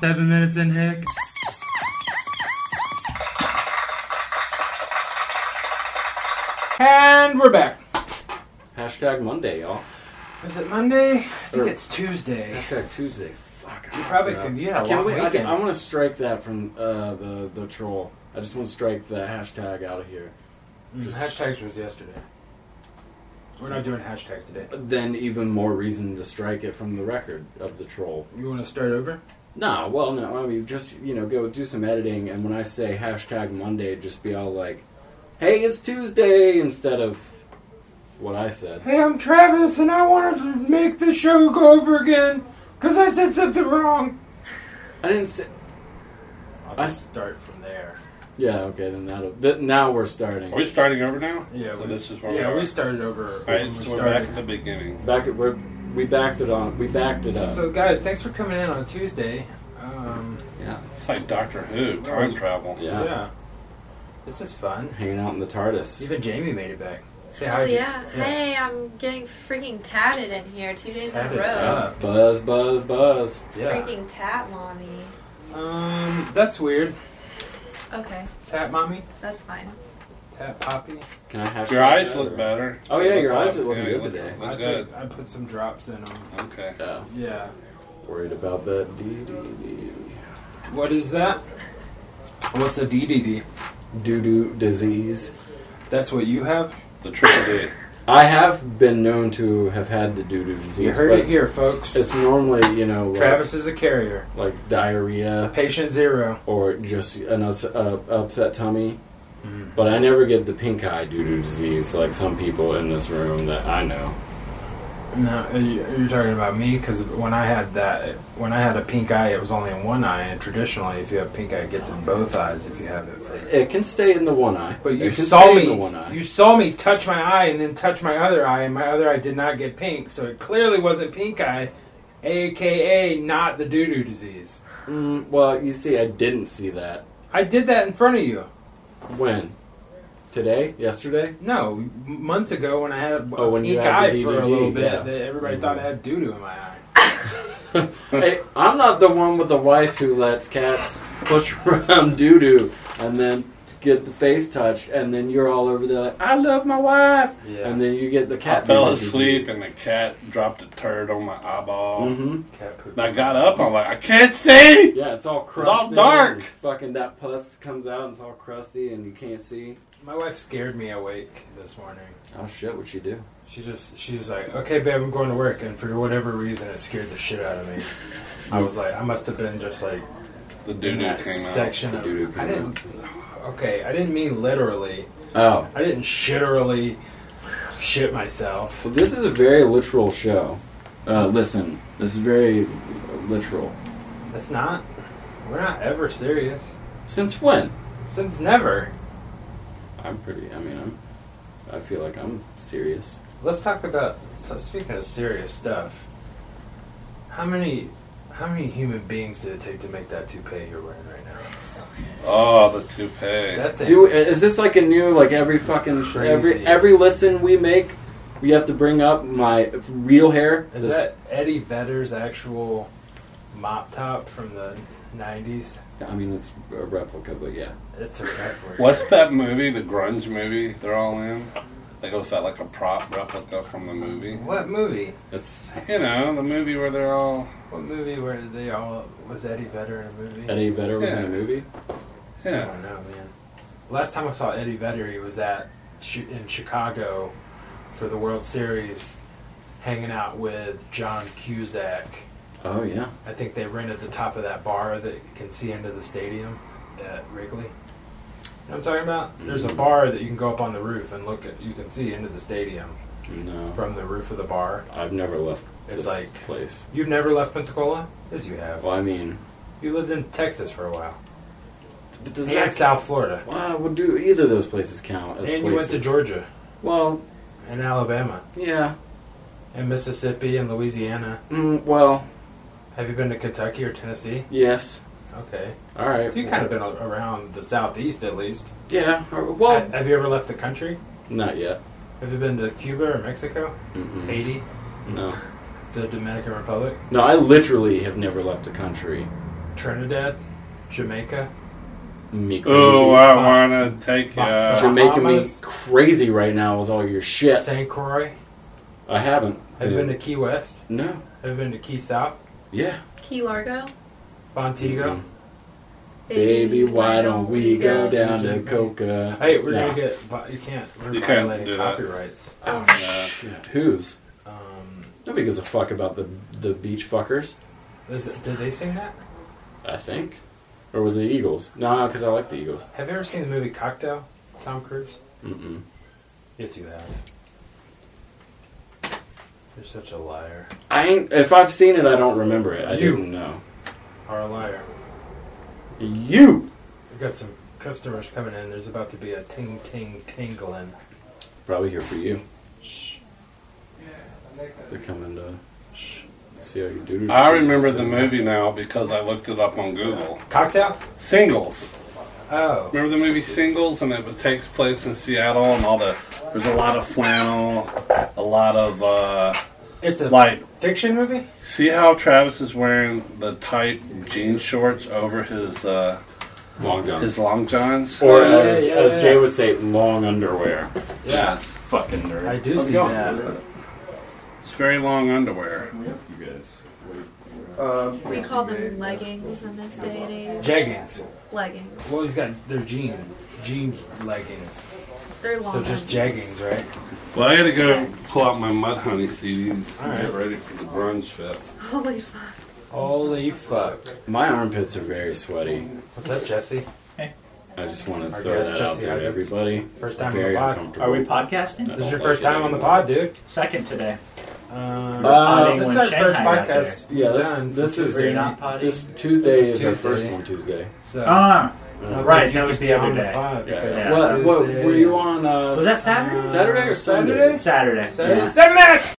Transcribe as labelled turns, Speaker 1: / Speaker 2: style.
Speaker 1: Seven minutes in, Hick.
Speaker 2: And we're back.
Speaker 3: Hashtag Monday, y'all.
Speaker 2: Is it Monday? I think
Speaker 3: Or-
Speaker 2: it's Tuesday.
Speaker 3: Hashtag Tuesday. Fuck. I
Speaker 2: probably
Speaker 3: fucked
Speaker 2: could-
Speaker 3: it up.
Speaker 2: yeah, a
Speaker 3: Can
Speaker 2: long
Speaker 3: we? I,
Speaker 2: weekend.
Speaker 3: I want to strike that from uh, the the troll. I just want to strike the hashtag out of here.
Speaker 2: Mm.
Speaker 3: Just-
Speaker 2: hashtags was yesterday. We're not doing hashtags today.
Speaker 3: Then even more reason to strike it from the record of the troll.
Speaker 2: You want to start over?
Speaker 3: No, well, no. I mean, just you know, go do some editing, and when I say hashtag Monday, just be all like, "Hey, it's Tuesday," instead of what I said.
Speaker 2: Hey, I'm Travis, and I wanted to make this show go over again because I said something wrong.
Speaker 3: I didn't say.
Speaker 2: I'll
Speaker 3: I-
Speaker 2: just start from there.
Speaker 3: Yeah, okay, then that'll. Th- now we're starting.
Speaker 4: Are we starting over now?
Speaker 2: Yeah,
Speaker 4: So
Speaker 2: we,
Speaker 4: this is where
Speaker 2: yeah,
Speaker 4: we,
Speaker 2: we
Speaker 4: are.
Speaker 2: started over.
Speaker 4: All
Speaker 2: when
Speaker 4: right,
Speaker 2: we
Speaker 4: so we're back
Speaker 2: started.
Speaker 4: at the beginning.
Speaker 3: Back at we're we backed it on. We backed it up.
Speaker 2: So, guys, thanks for coming in on Tuesday. Um,
Speaker 3: yeah,
Speaker 4: It's like Doctor Who, time travel.
Speaker 3: yeah,
Speaker 2: yeah, this is fun.
Speaker 3: Hanging out in the TARDIS.
Speaker 2: Even Jamie made it back. Say
Speaker 5: Oh
Speaker 2: hi. Jamie.
Speaker 5: yeah. Hey, I'm getting freaking tatted in here two days
Speaker 2: Tatted
Speaker 5: in a row.
Speaker 2: up.
Speaker 3: Buzz, buzz, buzz.
Speaker 2: Yeah.
Speaker 5: Freaking tat mommy.
Speaker 2: Um, that's weird.
Speaker 5: Okay,
Speaker 2: Tap mommy.
Speaker 5: that's fine.
Speaker 2: Tap poppy.
Speaker 3: Can I hashtag
Speaker 4: Your eyes
Speaker 3: that,
Speaker 4: look
Speaker 3: or-
Speaker 4: better.
Speaker 3: Oh yeah, your
Speaker 4: Look
Speaker 3: eyes
Speaker 4: up.
Speaker 3: are looking
Speaker 4: Yeah, you
Speaker 3: good
Speaker 4: look-
Speaker 3: today.
Speaker 4: Look
Speaker 2: I,
Speaker 4: good.
Speaker 2: took, I put some drops in them.
Speaker 4: Okay.
Speaker 3: Yeah,
Speaker 2: Yeah.
Speaker 3: worried about that. D D D
Speaker 2: What is that? What's a DDD?
Speaker 3: doo doo disease.
Speaker 2: That's what you have.
Speaker 4: The triple D.
Speaker 3: I have been known to have had the doo doo disease.
Speaker 2: You heard
Speaker 3: but
Speaker 2: it here, folks.
Speaker 3: It's normally you know like,
Speaker 2: Travis is a carrier.
Speaker 3: like diarrhea
Speaker 2: Patient zero.
Speaker 3: or just an us- uh, upset tummy.
Speaker 2: Mm-hmm.
Speaker 3: But I never get the pink eye doo doo disease like some people in this room that I know.
Speaker 2: No, you- you're talking about me because when I had that, when I had a pink eye, it was only in one eye, and traditionally, if you have pink eye, it gets in both eyes if you have it. For,
Speaker 3: It can stay in the one eye,
Speaker 2: but you
Speaker 3: It can
Speaker 2: saw
Speaker 3: stay
Speaker 2: me,
Speaker 3: in the one eye.
Speaker 2: you saw me touch my eye and then touch my other eye, and my other eye did not get pink, so it clearly wasn't pink eye, aka not the doo doo disease.
Speaker 3: Mm, well, you see, I didn't see that
Speaker 2: I did that in front of you.
Speaker 3: when today, yesterday.
Speaker 2: No, m- months ago when I had a,
Speaker 3: Oh,
Speaker 2: a
Speaker 3: when you
Speaker 2: pink
Speaker 3: had
Speaker 2: eye
Speaker 3: the
Speaker 2: for a
Speaker 3: DDD,
Speaker 2: little bit,
Speaker 3: yeah. Mm-hmm.
Speaker 2: that everybody thought I had doo doo in my eye.
Speaker 3: hey, I'm not the one with the wife who lets cats push around doo doo and then get the face touched, and then you're all over there like, I love my wife,
Speaker 2: Yeah.
Speaker 3: and then you get the
Speaker 4: I
Speaker 3: cat.
Speaker 4: fell asleep and the cat dropped a turd on my eyeball.
Speaker 3: Mm-hmm.
Speaker 2: Cat poop.
Speaker 4: And I got up. I'm like, I can't see.
Speaker 3: Yeah, it's all crusty.
Speaker 4: all dark.
Speaker 3: and Fucking that pus comes out and it's all crusty and you can't see.
Speaker 2: My wife scared me awake this morning.
Speaker 3: Oh shit, what you do?
Speaker 2: She just, she's like, okay, babe, I'm going to work. And for whatever reason, it scared the shit out of me. I was like, I must have been just like
Speaker 4: The
Speaker 2: in
Speaker 4: doo doo
Speaker 2: that
Speaker 4: came out.
Speaker 2: section.
Speaker 3: The
Speaker 2: of-
Speaker 3: doo-doo
Speaker 2: I
Speaker 3: came
Speaker 2: didn't, okay, I didn't mean literally.
Speaker 3: Oh.
Speaker 2: I didn't shitterily shit myself.
Speaker 3: Well, this is a very literal show. Uh, listen, this is very literal.
Speaker 2: That's not, we're not ever serious.
Speaker 3: Since when?
Speaker 2: Since never.
Speaker 3: I'm pretty. I mean, I'm. I feel like I'm serious.
Speaker 2: Let's talk about, so speaking of serious stuff, how many, how many human beings did it take to make that toupee you're wearing right now?
Speaker 4: Oh, the toupee.
Speaker 2: That thing
Speaker 3: Do
Speaker 2: was-
Speaker 3: is this like a new like every fucking
Speaker 2: Crazy.
Speaker 3: every every listen we make, we have to bring up my real hair.
Speaker 2: Is
Speaker 3: This-
Speaker 2: that Eddie Vedder's actual mop top from the 90s?
Speaker 3: I mean, it's a replica, but yeah.
Speaker 2: It's a record.
Speaker 4: What's that movie? The grunge movie? They're all in. They go that like a prop replica from the movie.
Speaker 2: What movie?
Speaker 3: It's
Speaker 4: You know, the movie where they're all.
Speaker 2: What movie were they all. Was Eddie Vedder in a movie?
Speaker 3: Eddie Vedder was in a
Speaker 4: Yeah.
Speaker 3: movie.
Speaker 2: I
Speaker 4: Yeah.
Speaker 2: don't know, man. Last time I saw Eddie Vedder, he was at Chi- in Chicago for the World Series hanging out with John Cusack.
Speaker 3: Oh yeah.
Speaker 2: I think they rented the top of that bar that you can see into the stadium at Wrigley. You know what I'm talking about? There's a bar that you can go up on the roof and look at. You can see into the stadium
Speaker 3: No,
Speaker 2: from the roof of the bar.
Speaker 3: I've never left
Speaker 2: It's
Speaker 3: this
Speaker 2: like-
Speaker 3: place.
Speaker 2: You've never left Pensacola? Yes, you have.
Speaker 3: Well, I mean,
Speaker 2: You lived in Texas for a while.
Speaker 3: but does
Speaker 2: and
Speaker 3: that
Speaker 2: South Florida.
Speaker 3: Wow, well, do either of those places count?
Speaker 2: And
Speaker 3: As
Speaker 2: you went to
Speaker 3: places?
Speaker 2: Georgia
Speaker 3: Well,
Speaker 2: and Alabama
Speaker 3: yeah.
Speaker 2: and Mississippi and Louisiana.
Speaker 3: Mm, well,
Speaker 2: Have you been to Kentucky or Tennessee?
Speaker 3: yes.
Speaker 2: Okay.
Speaker 3: All right.
Speaker 2: You've kind of been a- around the Southeast at least.
Speaker 3: Yeah. all right, Well,
Speaker 2: Ha- have you ever left the country?
Speaker 3: not yet. Hmm.
Speaker 2: Have you been to Cuba or Mexico?
Speaker 3: Mm-mm.
Speaker 2: Haiti?
Speaker 3: Mm-hmm. No.
Speaker 2: The Dominican Republic,
Speaker 3: No, I literally have never left the country.
Speaker 2: Trinidad, Jamaica.
Speaker 3: Me crazy.
Speaker 4: Oh, I
Speaker 2: Uh,
Speaker 4: wanna take you.
Speaker 2: uh,
Speaker 3: You're making me
Speaker 2: Bahamas.
Speaker 3: crazy right now with all your shit.
Speaker 2: St. Croix.
Speaker 3: I haven't.
Speaker 2: Have you been to Key West?
Speaker 3: no.
Speaker 2: Have you been to Key South?
Speaker 3: Yeah.
Speaker 5: Key Largo.
Speaker 2: Montego?
Speaker 3: Mhm. Baby, why don't we go down to Coca?
Speaker 2: Hey, we're
Speaker 3: No.
Speaker 2: gonna get. vi- You can't. We're
Speaker 4: You can't
Speaker 2: violating
Speaker 4: do that.
Speaker 2: copyrights.
Speaker 5: Oh,
Speaker 4: Yeah.
Speaker 3: Shit. Who's?
Speaker 2: Um,
Speaker 3: Nobody gives a fuck about the the beach fuckers.
Speaker 2: is it- did they sing that?
Speaker 3: I think, or was it Eagles? No, because I like the Eagles.
Speaker 2: Have you ever seen the movie Cocktail? Tom Cruise.
Speaker 3: Mm-mm.
Speaker 2: Yes, you have. You're such a liar.
Speaker 3: I ain't. If I've seen it, I don't remember it. I
Speaker 2: You.
Speaker 3: didn't know.
Speaker 2: Are a liar.
Speaker 3: You
Speaker 2: We've got some customers coming in. There's about to be a ting ting tingling.
Speaker 3: probably here for you.
Speaker 2: Shh.
Speaker 3: They're coming to see how you do.
Speaker 4: I remember the movie now because I looked it up on Google.
Speaker 2: Cocktail?
Speaker 4: Singles.
Speaker 2: Oh.
Speaker 4: Remember the movie Singles, and it was, takes place in Seattle, and all the there's a lot of flannel, a lot of uh,
Speaker 2: It's a
Speaker 4: like.
Speaker 2: fiction movie?
Speaker 4: See how Travis is wearing the tight jean shorts over his uh,
Speaker 3: Long johns,
Speaker 4: his long johns.
Speaker 3: or
Speaker 2: Yeah,
Speaker 3: as,
Speaker 2: Oh, yeah,
Speaker 3: as
Speaker 2: yeah.
Speaker 3: Jay would say, long underwear.
Speaker 4: Yes,
Speaker 1: Fucking nerd.
Speaker 2: I do
Speaker 1: How's it
Speaker 2: see
Speaker 1: going?
Speaker 2: that.
Speaker 4: it's very long underwear.
Speaker 1: You guys.
Speaker 5: We call them leggings in this day and age.
Speaker 2: Jeggings.
Speaker 5: leggings.
Speaker 2: Well, he's got their jeans. Jean leggings.
Speaker 5: They're long.
Speaker 2: So just
Speaker 5: leggings.
Speaker 2: jeggings, right?
Speaker 4: Well, I gotta go pull out my Mud Honey CDs
Speaker 2: All right.
Speaker 4: and get ready for the grunge fest.
Speaker 5: Holy fuck.
Speaker 2: Holy fuck.
Speaker 3: My armpits are very sweaty.
Speaker 2: What's up, Jesse?
Speaker 3: I just want to
Speaker 2: Our
Speaker 3: throw
Speaker 2: guest,
Speaker 3: that out
Speaker 2: Jesse
Speaker 3: there to
Speaker 2: Huggins.
Speaker 3: everybody.
Speaker 2: First
Speaker 3: It's
Speaker 2: time on
Speaker 3: very
Speaker 2: the pod.
Speaker 3: uncomfortable.
Speaker 1: Are we podcasting?
Speaker 3: I
Speaker 2: This is
Speaker 3: don't
Speaker 2: your
Speaker 3: like
Speaker 2: first
Speaker 3: it
Speaker 2: time on the
Speaker 3: anymore.
Speaker 2: pod, dude.
Speaker 1: Second today.
Speaker 2: Um,
Speaker 3: Uh,
Speaker 2: this
Speaker 1: when
Speaker 2: is our
Speaker 1: Shanghai
Speaker 2: first
Speaker 1: got there.
Speaker 2: podcast.
Speaker 3: Yeah,
Speaker 2: we've
Speaker 3: this-
Speaker 2: done
Speaker 3: this
Speaker 2: for
Speaker 3: is-
Speaker 1: Were
Speaker 2: today.
Speaker 1: you not potty?
Speaker 3: This Tuesday
Speaker 2: This
Speaker 3: is,
Speaker 2: is
Speaker 3: our
Speaker 2: Tuesday.
Speaker 3: first one. Tuesday.
Speaker 2: So,
Speaker 1: Ah,
Speaker 2: I
Speaker 3: Uh,
Speaker 1: Right,
Speaker 2: think
Speaker 1: that
Speaker 2: you
Speaker 1: was
Speaker 2: could
Speaker 1: the
Speaker 2: be
Speaker 1: other
Speaker 2: on
Speaker 1: day.
Speaker 2: pod
Speaker 3: Yeah.
Speaker 2: because
Speaker 1: Yeah.
Speaker 3: What, what
Speaker 2: Tuesday-
Speaker 3: were you on? Uh,
Speaker 1: was that Saturday?
Speaker 3: Saturday or
Speaker 2: Saturday?
Speaker 3: Sunday?
Speaker 1: Saturday.
Speaker 2: Saturday?
Speaker 3: Yeah.
Speaker 2: Send that!